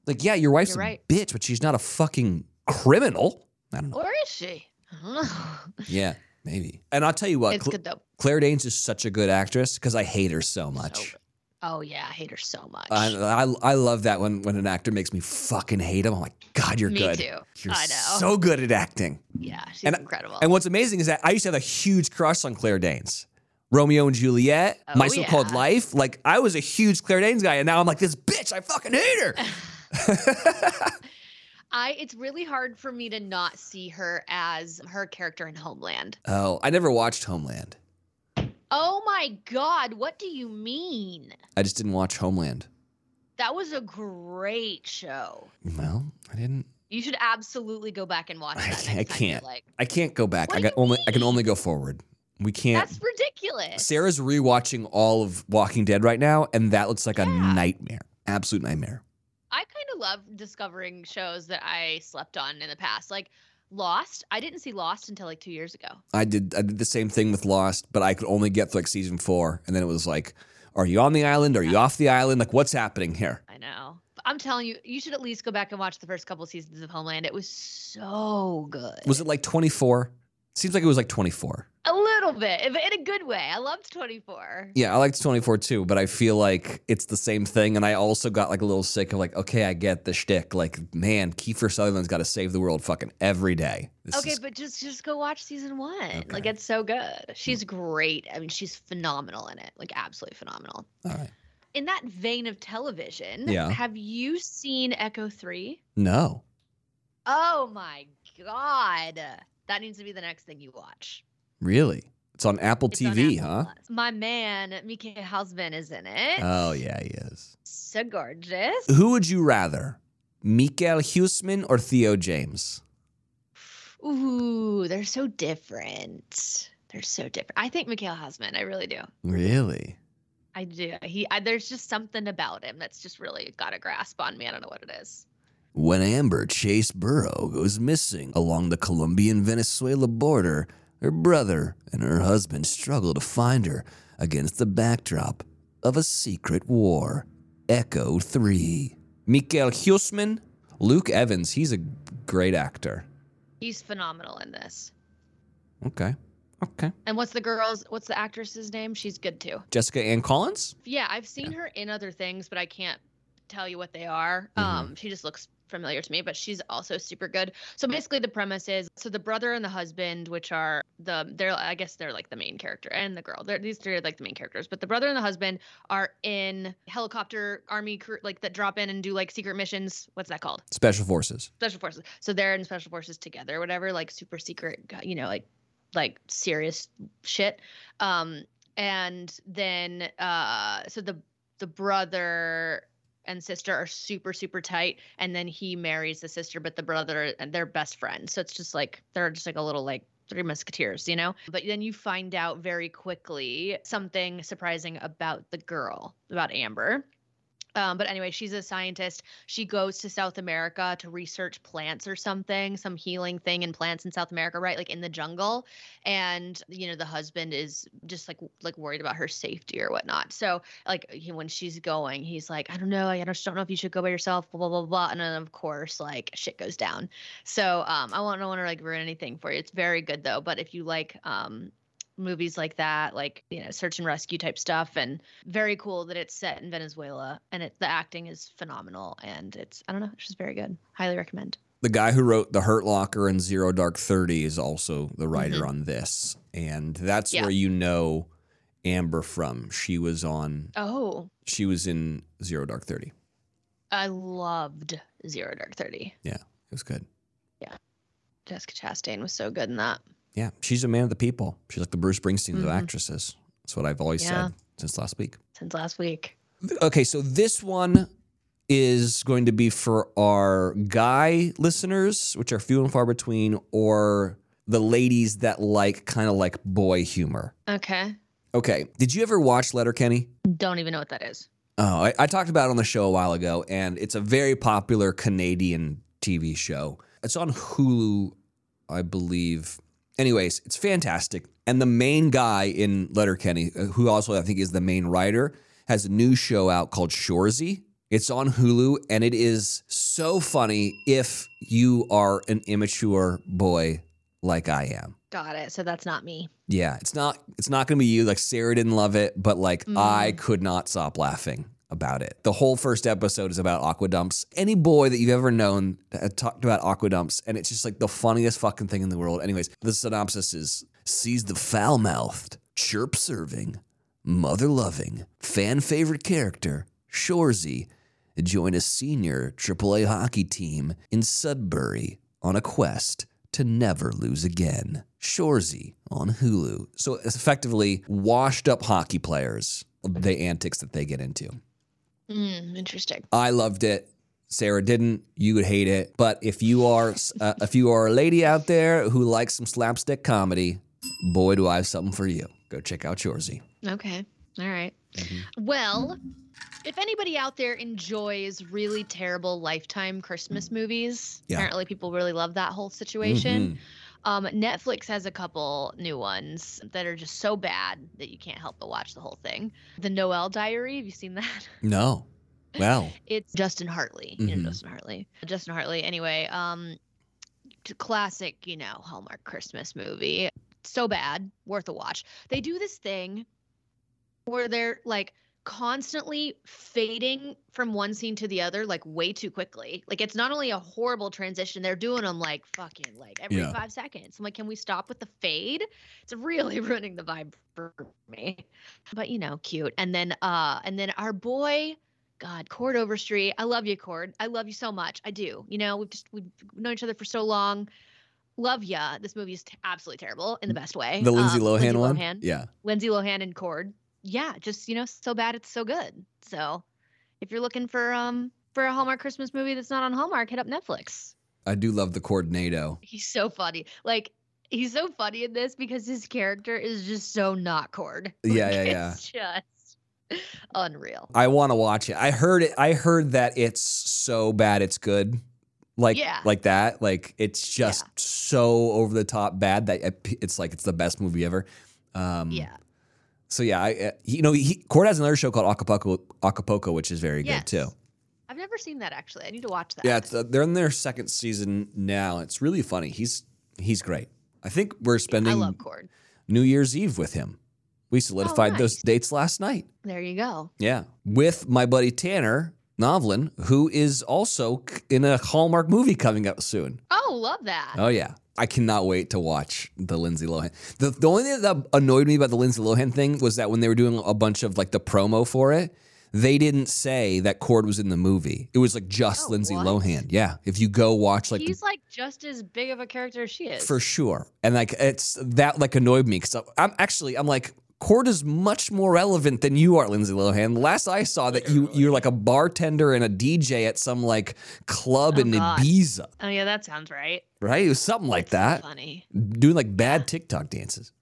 Like, yeah, your wife's You're right. a bitch, but she's not a fucking criminal. I don't know. Or is she? I don't know. Yeah, maybe. And I'll tell you what, Oh. it's Cla- good though. Claire Danes is such a good actress because I hate her so much. So- oh yeah, I hate her so much. I, I, I love that when, when an actor makes me fucking hate him. I'm like, God, you're Me good. too. You're I know. Oh. so good at acting. yeah, she's And I- incredible. And what's amazing is that I used to have a huge crush on Claire Danes. Romeo and Juliet, Oh, My So Called yeah. Life. Like, I was a huge Claire Danes guy, and now I'm like, this bitch, I fucking hate her. I it's really hard for me to not see her as her character in Homeland. oh, I never watched Homeland. Oh my god, what do you mean? I just didn't watch Homeland. That was a great show. Well, I didn't. You should absolutely go back and watch I that. can't- I next time you're can't. Like, I can't go back. What I do got you only I can mean? only go forward. We can't. that's ridiculous. Sarah's rewatching all of Walking Dead right now, and that looks like a Yeah. nightmare. Absolute nightmare. I kind of love discovering shows that I slept on in the past, like Lost. I didn't see Lost until like two years ago. I did I did the same thing with Lost, but I could only get to like season four, and then it was like, are you on the island? Are you off the island? Like, what's happening here? I know. But I'm telling you, you should at least go back and watch the first couple seasons of Homeland. It was so good. Was it like twenty four? Seems like it was like twenty four. a little bit, but in a good way. I loved 24. Yeah, I liked 24 too, but I feel like it's the same thing. And I also got like a little sick of like, okay, I get the shtick. Like, man, Kiefer Sutherland's got to save the world fucking every day. This okay, is- but just just go watch season one. Like Okay. Hmm. it's so good. She's great. I mean, she's phenomenal in it. Like absolutely phenomenal. all right. In that vein of television, Yeah. have you seen Echo Three? No. Oh my god, that needs to be the next thing you watch. Really? It's on Apple It's on TV, Apple huh? Plus. My man Mika Hausman is in it. Oh yeah, he is. so gorgeous. Who would you rather? Mikael Huseman or Theo James? Ooh, they're so different. They're so different. I think Mikhail Hausman. I really do. Really? I do. He I, there's just something about him that's just really got a grasp on me. I don't know what it is. When Amber Chase Burrow goes missing along the Colombian Venezuela border, her brother and her husband struggle to find her against the backdrop of a secret war. Echo 3. Mikael Huseman, Luke Evans, he's a great actor. He's phenomenal in this. Okay. Okay. And what's the girl's what's the actress's name? She's good too. Jessica Ann Collins? Yeah, I've seen her in other things, but I can't tell you what they are. Mhm. Um, she just looks familiar to me, but she's also super good. So basically, the premise is so the brother and the husband, which are the they're I guess they're like the main character, and the girl. They're, these three are like the main characters, but the brother and the husband are in helicopter army crew like that drop in and do like secret missions. What's that called? Special Forces. Special forces. So they're in special forces together, whatever, like super secret, you know, like like serious shit. Um, and then uh, so the the brother and sister are super super tight, and then he marries the sister, but the brother and they're best friends. So it's just like they're just like a little like three musketeers, you know. But then you find out very quickly something surprising about the girl, about Amber. Um, but anyway, she's a scientist. She goes to South America to research plants or something, some healing thing in plants in South America, right? Like in the jungle and you know the husband is just like like worried about her safety or whatnot so like he, when she's going he's like i don't know i just don't know if you should go by yourself blah blah blah blah and then of course like shit goes down so um i won't want to like ruin anything for you it's very good though but if you like um movies like that like you know search and rescue type stuff and very cool that it's set in venezuela and it the acting is phenomenal and it's i don't know it's just very good highly recommend The guy who wrote The Hurt Locker and Zero Dark 30 is also the writer on this. And that's Mm-hmm. Yeah. where you know Amber from. She was on oh she was in Zero Dark 30. It i loved zero dark 30 was good. Jessica Chastain was so good in that. Yeah, she's a man of the people. She's like the Bruce Springsteen of Mhm. actresses. That's what I've always Yeah. said since last week. Since last week, Okay, so this one is going to be for our guy listeners, which are few and far between, or the ladies that like kind of like boy humor. okay. Okay, did you ever watch Letterkenny? Don't even know what that is. Oh, I, I talked about it on the show a while ago, and it's a very popular Canadian TV show. It's on Hulu, I believe. Anyways, it's fantastic. And the main guy in Letterkenny, uh, who also I think is the main writer, has a new show out called Shoresy. It's on Hulu, and it is so funny if you are an immature boy like I am. Got it. So that's not me. Yeah, it's not it's not going to be you. Like Sarah didn't love it, but like Mm. I could not stop laughing about it. The whole first episode is about aqua dumps. Any boy that you've ever known had talked about aqua dumps, and it's just like the funniest fucking thing in the world. Anyways, the synopsis is: sees the foul mouthed, chirp serving, mother loving, fan favorite character Shorzy join a senior AAA hockey team in Sudbury on a quest to never lose again. Shorzy on Hulu. So it's effectively washed up hockey players, the antics that they get into. Mm, interesting. I loved it. Sarah didn't. You would hate it. But if you are uh, if you are a lady out there who likes some slapstick comedy, boy, do I have something for you. Go check out Shorzy. Okay. All right. Well, if anybody out there enjoys really terrible Lifetime Christmas movies, Yeah. apparently people really love that whole situation. Um, Netflix has a couple new ones that are just so bad that you can't help but watch the whole thing. The Noel Diary. Have you seen that? Mhm. No. Well. It's Justin Hartley. You Mhm. know Justin Hartley. Justin Hartley. Anyway, um, t- classic, you know, Hallmark Christmas movie. So bad, worth a watch. They do this thing where they're like constantly fading from one scene to the other, like way too quickly. Like it's not only a horrible transition, they're doing them like fucking like every Yeah. five seconds. I'm like, can we stop with the fade? It's really ruining the vibe for me. But you know, cute. And then uh and then our boy God, Cord Overstreet. I love you, Cord. I love you so much. I do. You know, we've just we've known each other for so long. Love ya. This movie is t- absolutely terrible in the best way. Mm, The Lindsay Um, Lohan Lindsay one? Lohan. Yeah. Lindsay Lohan and Cord. Yeah, just you know, so bad it's so good. So, if you're looking for um for a Hallmark Christmas movie that's not on Hallmark, hit up Netflix. I do love the coordinato. He's so funny. Like he's so funny in this because his character is just so not Cord. Yeah, Like, yeah, It's just Unreal. I want to watch it. I heard it. I heard that it's so bad it's good, like Yeah. like that. Like it's just Yeah. so over the top bad that it- it's like it's the best movie ever. Um, Yeah. So yeah, I uh, you know he, Cord has another show called Acapulco, Acapulco, which is very Yes. good too. I've never seen that actually. I need to watch that. Yeah, it's, uh, they're in their second season now. It's really funny. He's he's great. I think we're I spending love Cord. New Year's Eve with him. We solidified those Oh, nice. dates last night. There you go. Yeah. With my buddy Tanner Novlin, who is also c- in a Hallmark movie coming up soon. Oh, love that. Oh, yeah. I cannot wait to watch the Lindsay Lohan. The, the only thing that annoyed me about the Lindsay Lohan thing was that when they were doing a bunch of like the promo for it, they didn't say that Cord was in the movie. It was like just Oh, Lindsay what? Lohan. Yeah. If you go watch like the He's like just as big of a character as she is. for sure. And like it's that like annoyed me because I'm actually I'm like Cord is much more relevant than you are, Lindsay Lohan. Last I saw that you you're like a bartender and a DJ at some like club Oh, in God. Ibiza, Oh yeah, that sounds right. right? It was something like That's that, so Funny. doing like bad TikTok dances.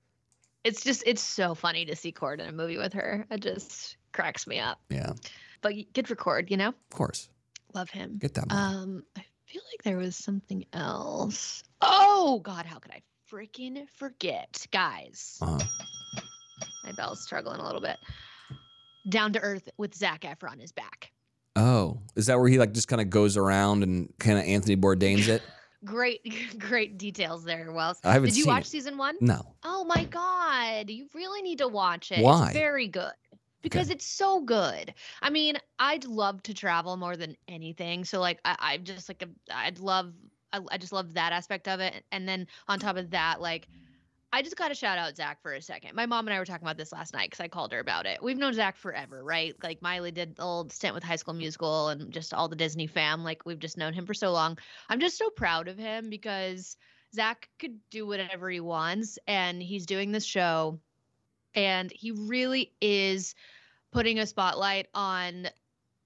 It's just it's so funny to see Cord in a movie with her. It just cracks me up. Yeah, of But good for Cord, you know. course, Love him. get that. money. Um, I feel like there was something else. Oh God, how could I freaking forget, guys? Uh-huh. My bell's struggling a little bit. Down to Earth with Zach Efron is back. Oh, is that where he like just kind of goes around and kind of Anthony Bourdain's it? Great, great details there, Wells. I haven't Did you seen watch it. season one? No. Oh my god, you really need to watch it. Why? It's very good. Because it's so good. I mean, I'd love to travel more than anything. So like I, I just like a- I'd love I, I just love that aspect of it. And then on top of that, like I just got to shout out Zach for a second. My mom and I were talking about this last night because I called her about it. We've known Zach forever, right? Like Miley did the old stint with High School Musical and just all the Disney fam. Like we've just known him for so long. I'm just so proud of him because Zach could do whatever he wants, and he's doing this show, and he really is putting a spotlight on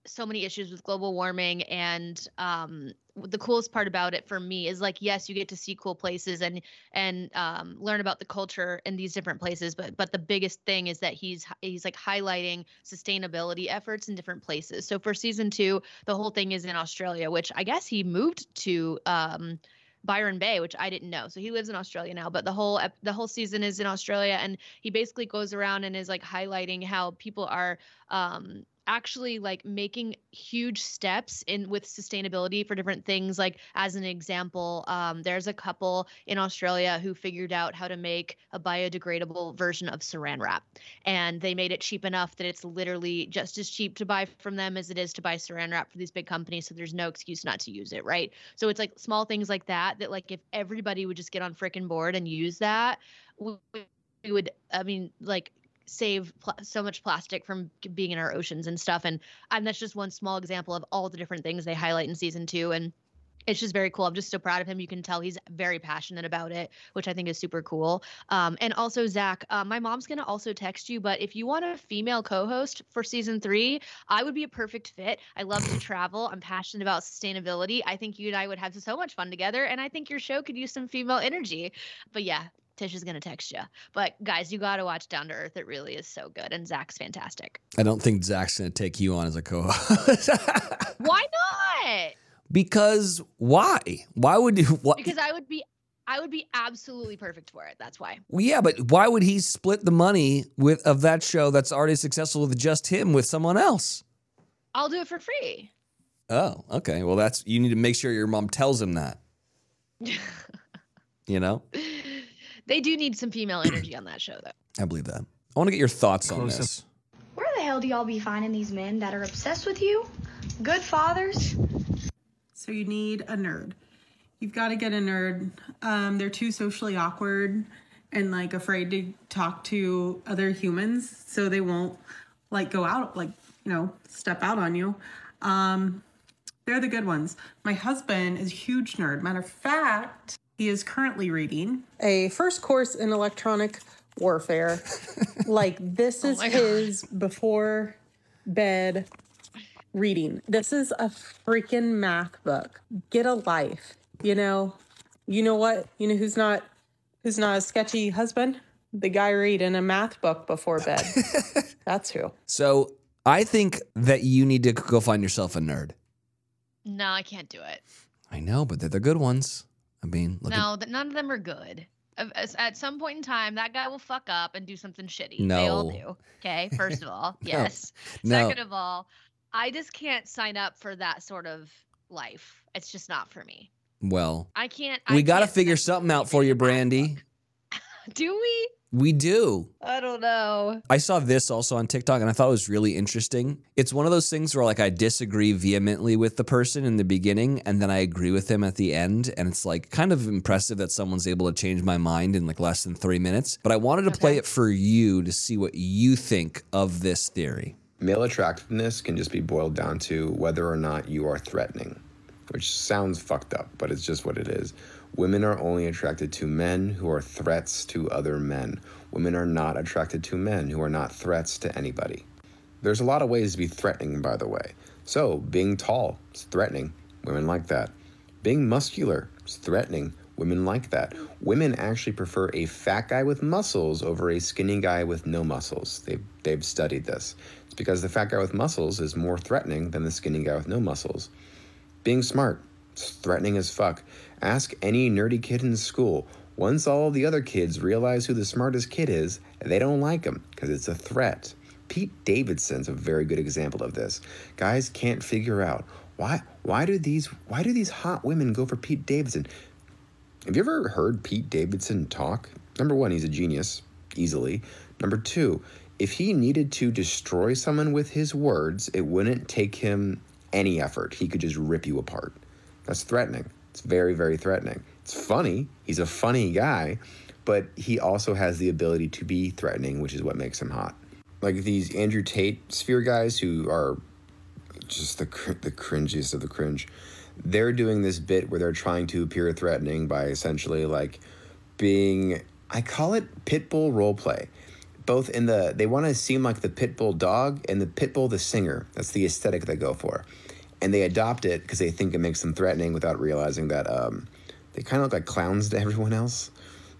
so many issues with global warming and um the coolest part about it for me is like yes you get to see cool places and and um, learn about the culture in these different places but but the biggest thing is that he's he's like highlighting sustainability efforts in different places so for season two the whole thing is in australia which i guess he moved to um, Byron Bay, which I didn't know. So he lives in Australia now, but the whole ep- the whole season is in Australia, and he basically goes around and is like highlighting how people are um, actually like making huge steps in with sustainability for different things. Like as an example, um, there's a couple in Australia who figured out how to make a biodegradable version of Saran wrap, and they made it cheap enough that it's literally just as cheap to buy from them as it is to buy Saran wrap for these big companies. So there's no excuse not to use it, right? So it's like small things like that that like if everybody would just get on frickin' board and use that, we, we would I mean like save pl- so much plastic from g- being in our oceans and stuff. And and that's just one small example of all the different things they highlight in season two and. It's just very cool. I'm just so proud of him. You can tell he's very passionate about it, which I think is super cool. Um, and also, Zach, uh, my mom's going to also text you, but if you want a female co host for season three, I would be a perfect fit. I love to travel. I'm passionate about sustainability. I think you and I would have so much fun together, and I think your show could use some female energy. But yeah, Tish is gonna text you. But guys, you gotta watch Down to Earth. It really is so good, and Zach's fantastic. I don't think Zach's gonna take you on as a co-host Why not? because why? Why would why? Because I would be, I would be absolutely perfect for it. That's why. Well, yeah, but why would he split the money with of that show that's already successful with just him with someone else? I'll do it for free. Oh, okay. Well, that's you need to make sure your mom tells him that. You know, they do need some female energy on that show, though. I believe that. I want to get your thoughts on Close up. this. Where the hell do y'all be finding these men that are obsessed with you? Good fathers? So you need a nerd. You've got to get a nerd. Um, they're too socially awkward and like afraid to talk to other humans, so they won't like go out, like you know, step out on you. Um, they're the good ones. My husband is a huge nerd. Matter of fact, he is currently reading a first course in electronic warfare. like this is my God. his before bed reading. This is a freaking math book. Get a life. You know, you know what? You know who's not who's not a sketchy husband? the guy reading a math book before bed. That's who. So I think that you need to go find yourself a nerd. No, I can't do it. I know, but they're the good ones. I mean, look no, that none of them are good. Of- as- At some point in time, that guy will fuck up and do something shitty. They all No. do. Okay. First of all, No. yes. at no. Second of all, I just can't sign up for that sort of life. It's just not for me. Well, I can't. I we got to can't figure mentally something out for read you, a math Brandy. book. Do we? We do. I don't know. I saw this also on TikTok and I thought it was really interesting. It's one of those things where like I disagree vehemently with the person in the beginning and then I agree with them at the end and it's like kind of impressive that someone's able to change my mind in like less than 3 minutes. But I wanted to play Okay. it for you to see what you think of this theory. Male attractiveness can just be boiled down to whether or not you are threatening, which sounds fucked up, but it's just what it is. Women are only attracted to men who are threats to other men. Women are not attracted to men who are not threats to anybody. There's a lot of ways to be threatening, by the way. So, being tall is threatening. Women like that. Being muscular is threatening. Women like that. Women actually prefer a fat guy with muscles over a skinny guy with no muscles. They've, they've studied this. It's because the fat guy with muscles is more threatening than the skinny guy with no muscles. Being smart is threatening as fuck. Ask any nerdy kid in school. Once all the other kids realize who the smartest kid is, they don't like him because it's a threat. Pete Davidson's a very good example of this. Guys can't figure out why why do these why do these hot women go for Pete Davidson? Have you ever heard Pete Davidson talk? Number one, he's a genius, easily. Number two, if he needed to destroy someone with his words, it wouldn't take him any effort. He could just rip you apart. That's threatening. It's very, very threatening. It's funny. He's a funny guy, but he also has the ability to be threatening, which is what makes him hot. Like these Andrew Tate sphere guys who are just the cr- the cringiest of the cringe. They're doing this bit where they're trying to appear threatening by essentially like being I call it pitbull role play. Both in the they want to seem like the pitbull dog and the pitbull the singer. That's the aesthetic they go for, and they adopt it because they think it makes them threatening without realizing that um, they kind of look like clowns to everyone else.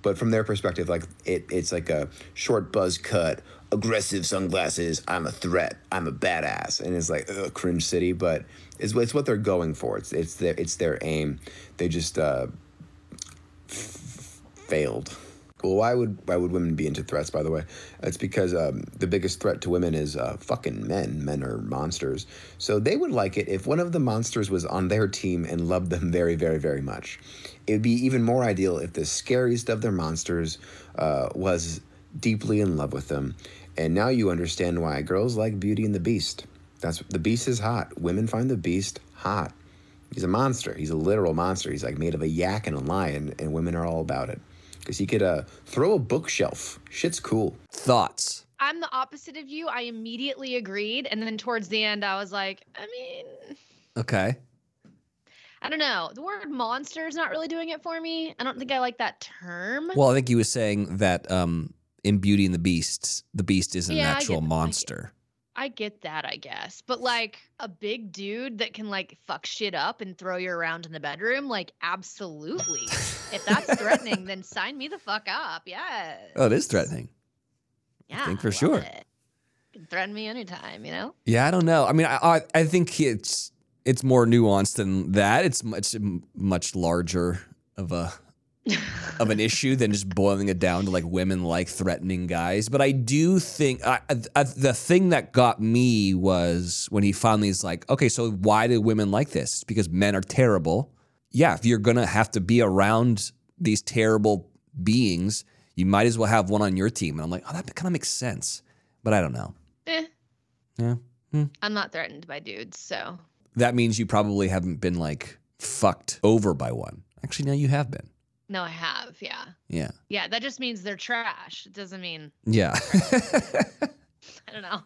But from their perspective, like it, it's like a short buzz cut, aggressive sunglasses. I'm a threat. I'm a badass, and it's like ugh, cringe city. But it's, it's what they're going for. It's it's their it's their aim. They just uh, failed. Well, why would why would women be into threats? By the way, it's because um, the biggest threat to women is uh, fucking men. Men are monsters, so they would like it if one of the monsters was on their team and loved them very, very, very much. It would be even more ideal if the scariest of their monsters uh, was deeply in love with them. And now you understand why girls like Beauty and the Beast. That's the Beast is hot. Women find the Beast hot. He's a monster. He's a literal monster. He's like made of a yak and a lion, and women are all about it. Because he could uh, throw a bookshelf. Shit's cool. Thoughts? I'm the opposite of you. I immediately agreed. And then towards the end, I was like, I mean, Okay. I don't know. The word monster is not really doing it for me. I don't think I like that term. Well, I think he was saying that um in Beauty and the Beast, the beast isn't Yeah, I an get actual that. I get- monster. I get that, I guess. But like a big dude that can like fuck shit up and throw you around in the bedroom, like, absolutely. if that's threatening, then sign me the fuck up. Yeah. Oh, it is threatening. yeah. think for love sure. it. You can threaten me anytime, you know? Yeah, I don't know. I mean, I I, I think it's it's more nuanced than that. It's much much larger of a of an issue than just boiling it down to like women like threatening guys. But I do think I, I, I- the thing that got me was when he finally is like, okay, so why do women like this? It's because men are terrible. Yeah, if you're gonna have to be around these terrible beings, you might as well have one on your team. And I'm like, oh, that kind of makes sense. But I don't know. Eh. Yeah. Hmm. I'm not threatened by dudes, so That means you probably haven't been like fucked over by one. Actually, no, you have been. no, I have. Yeah. Yeah. Yeah. That just means they're trash. It doesn't mean, Yeah. I don't know.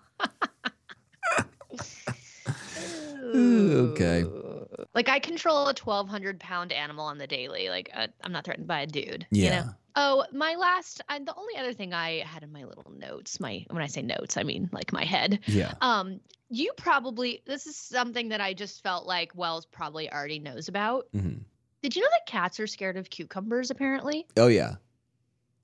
Ooh, okay. Ooh. Like I control a 1,200 pound animal on the daily. Like uh, I'm not threatened by a dude. You know? yeah. Oh, my last, uh, the only other thing I had in my little notes, my, when I say notes, I mean like my head. Yeah. Um, you probably, this is something that I just felt like Wells probably already knows about. Mhm. Did you know that cats are scared of cucumbers, apparently? Oh, yeah.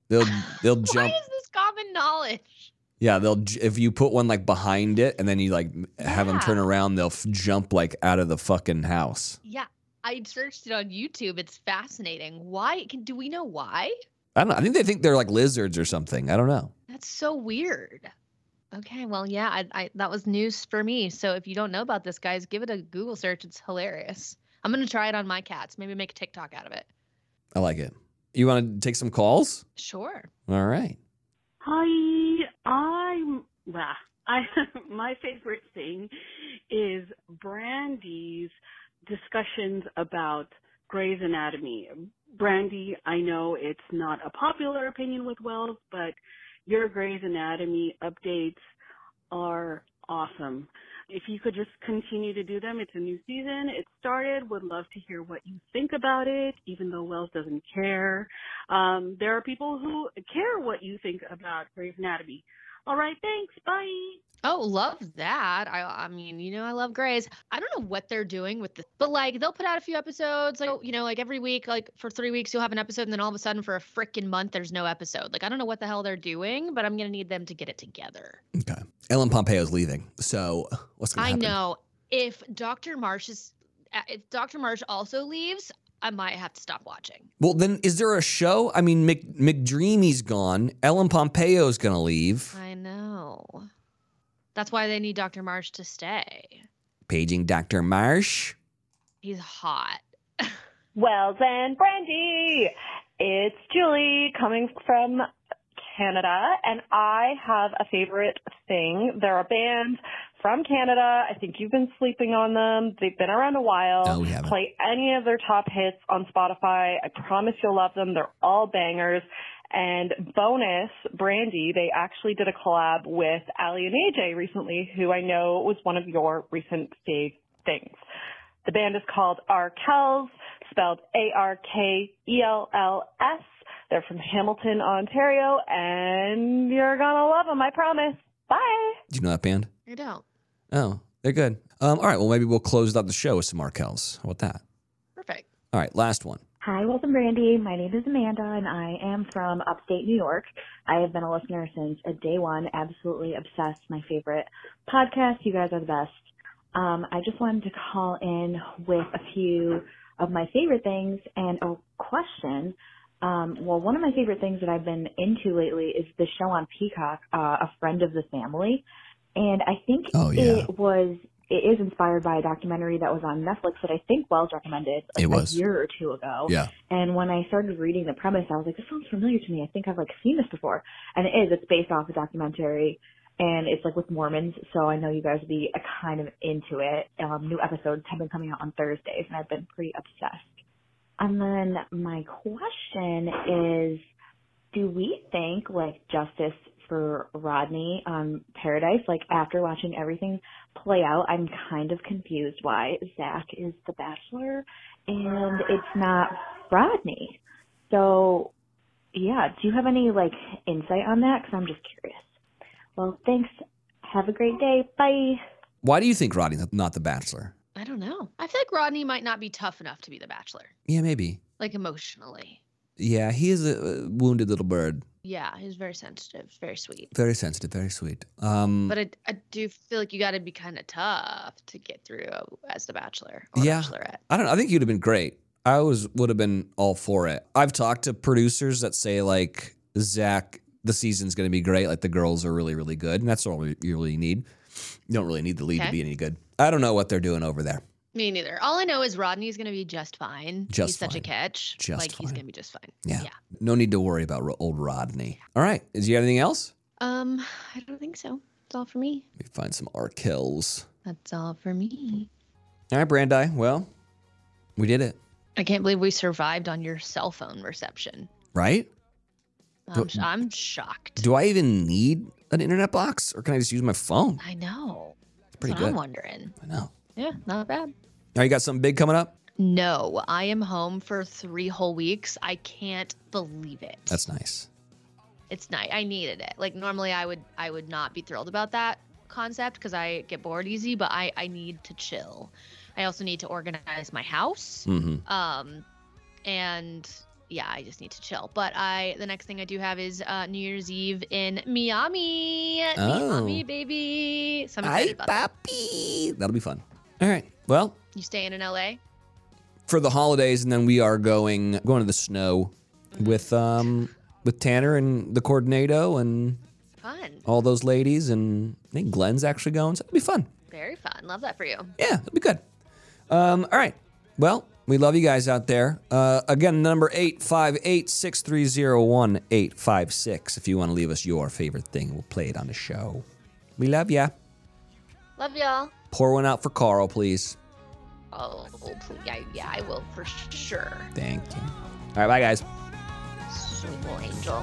They'll they'll Why jump. is this common knowledge? Yeah, they'll j- if you put one like behind it and then you like have them Yeah. turn around, they'll f- jump like out of the fucking house. Yeah, I searched it on YouTube. It's fascinating. Why? Can, do we know why? I don't know. I think they think they're like lizards or something. I don't know. That's so weird. Okay, well, yeah, I, I, that was news for me. So if you don't know about this, guys, give it a Google search. It's hilarious. I'm gonna try it on my cats. Maybe make a TikTok out of it. I like it. You want to take some calls? Sure. All right. Hi, I'm. Well, I my favorite thing is Brandy's discussions about Grey's Anatomy. Brandy, I know it's not a popular opinion with Wells, but your Grey's Anatomy updates are awesome. If you could just continue to do them, it's a new season. It started. Would love to hear what you think about it, even though Wells doesn't care. Um, there are people who care what you think about Grey's Anatomy. All right, thanks. Bye. Oh, love that. I, I mean, you know, I love Grays. I don't know what they're doing with this, but like they'll put out a few episodes, like you know, like every week, like for three weeks you'll have an episode, and then all of a sudden for a freaking month there's no episode. Like I don't know what the hell they're doing, but I'm gonna need them to get it together. Okay. Ellen Pompeo's leaving. So what's going to I happen? know. If Dr. Marsh is, uh, if Dr. Marsh also leaves, I might have to stop watching. Well, then is there a show? I mean, Mc, McDreamy's gone. Ellen Pompeo's going to leave. I know. That's why they need Dr. Marsh to stay. Paging Dr. Marsh. He's hot. Wells and Brandy. It's Julie coming from Canada, and I have a favorite thing. There are bands from Canada. I think you've been sleeping on them. They've been around a while. No, we haven't. Play any of their top hits on Spotify. I promise you'll love them. They're all bangers. And bonus, Brandy, they actually did a collab with Ali and AJ recently, who I know was one of your recent fave things. The band is called Arkells, spelled E A-R-K-E-L-L-S. They're from Hamilton, Ontario, and you're gonna love them, I promise. Bye! Do you know that band? I don't. Oh, they're good. Um, all right. Well, maybe we'll close out the show with some Arkells. How about that? Perfect. All right. Last one. Hi, welcome, Brandy. My name is Amanda, and I am from upstate New York. I have been a listener since uh, day one, absolutely obsessed. My favorite podcast. You guys are the best. Um, I just wanted to call in with a few of my favorite things and a question. Um, well, one of my favorite things that I've been into lately is the show on Peacock, uh, A Friend of the Family. And I think Oh, yeah. it was, it is inspired by a documentary that was on Netflix that I think Wells recommended like, It was. a year or two ago. Yeah. And when I started reading the premise, I was like, this sounds familiar to me. I think I've like seen this before. And it is, it's based off a documentary and it's like with Mormons. So I know you guys will be uh, kind of into it. Um, new episodes have been coming out on Thursdays and I've been pretty obsessed. And then my question is, do we think like justice for Rodney on Paradise, like after watching everything play out, I'm kind of confused why Zach is the bachelor and it's not Rodney. So yeah, do you have any like insight on that? Cause I'm just curious. Well, thanks. Have a great day. Bye. Why do you think Rodney's not the bachelor? I don't know. I feel like Rodney might not be tough enough to be the bachelor, Yeah, maybe. like emotionally. Yeah, he is a uh, wounded little bird. Yeah, he's very sensitive, very sweet. Very sensitive, very sweet. Um, But I, I do feel like you got to be kind of tough to get through as the bachelor or Yeah. bachelorette. I don't know. I think you'd have been great. I always would have been all for it. I've talked to producers that say like Zach, the season's going to be great. Like the girls are really, really good, and that's all you really need. You don't really need the lead to Okay. be any good. I don't know what they're doing over there. Me neither. All I know is Rodney's going to be just fine. Just he's such a fine. catch. Just like he's fine. going to be just fine. Yeah. No need to worry about ro- old Rodney. All right. Is you got anything else? Um, I don't think so. That's all for me. Let me find some R kills. That's all for me. All right, Brandi. Well, we did it, I can't believe we survived on your cell phone reception. right? I'm, Do- sh- I'm shocked. Do I even need an internet box, or can I just use my phone? I know. It's pretty That's what I'm good. wondering. I know. Yeah, not bad. Now you got something big coming up. No, I am home for three whole weeks. I can't believe it. That's nice. it's nice. I needed it. Like normally I would I would not be thrilled about that concept because I get bored easy, but I I need to chill. I also need to organize my house. Mm-hmm. Um and yeah, I just need to chill. But I the next thing I do have is uh, New Year's Eve in Miami. Oh. Miami, baby. So I'm excited Hi, about that. Papi. That'll be fun. All right. Well, You staying in LA? for the holidays, and then we are going going to the snow with um with Tanner and the Coordinado and Fun. all those ladies, and I think Glenn's actually going. So it'll be fun. Very fun. Love that for you. Yeah, it'll be good. Um, all right. Well, we love you guys out there. Uh, again, number 858 630 1856 if you want to leave us your favorite thing. We'll play it on the show. We love ya. Love y'all. Pour one out for Carl, please. Oh, please. Yeah, yeah, I will for sure. Thank you. All right, bye, guys. Sweet little angel.